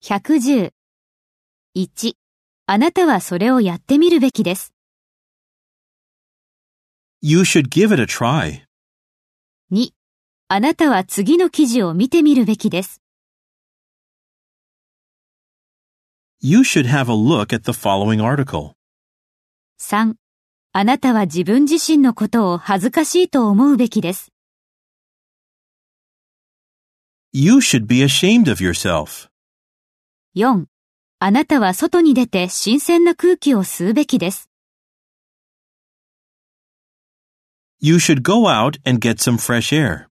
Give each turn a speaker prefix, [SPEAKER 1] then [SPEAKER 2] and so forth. [SPEAKER 1] 110。1. あなたはそれをやってみるべきです。
[SPEAKER 2] You should give it a try.
[SPEAKER 1] 2. あなたは次の記事を見てみるべきです。
[SPEAKER 2] You should have a look at the following article.
[SPEAKER 1] 3. あなたは自分自身のことを恥ずかしいと思うべきです。
[SPEAKER 2] You should be ashamed of yourself.
[SPEAKER 1] 4. あなたは外に出て新鮮な空気を吸うべきです。
[SPEAKER 2] You should go out and get some fresh air.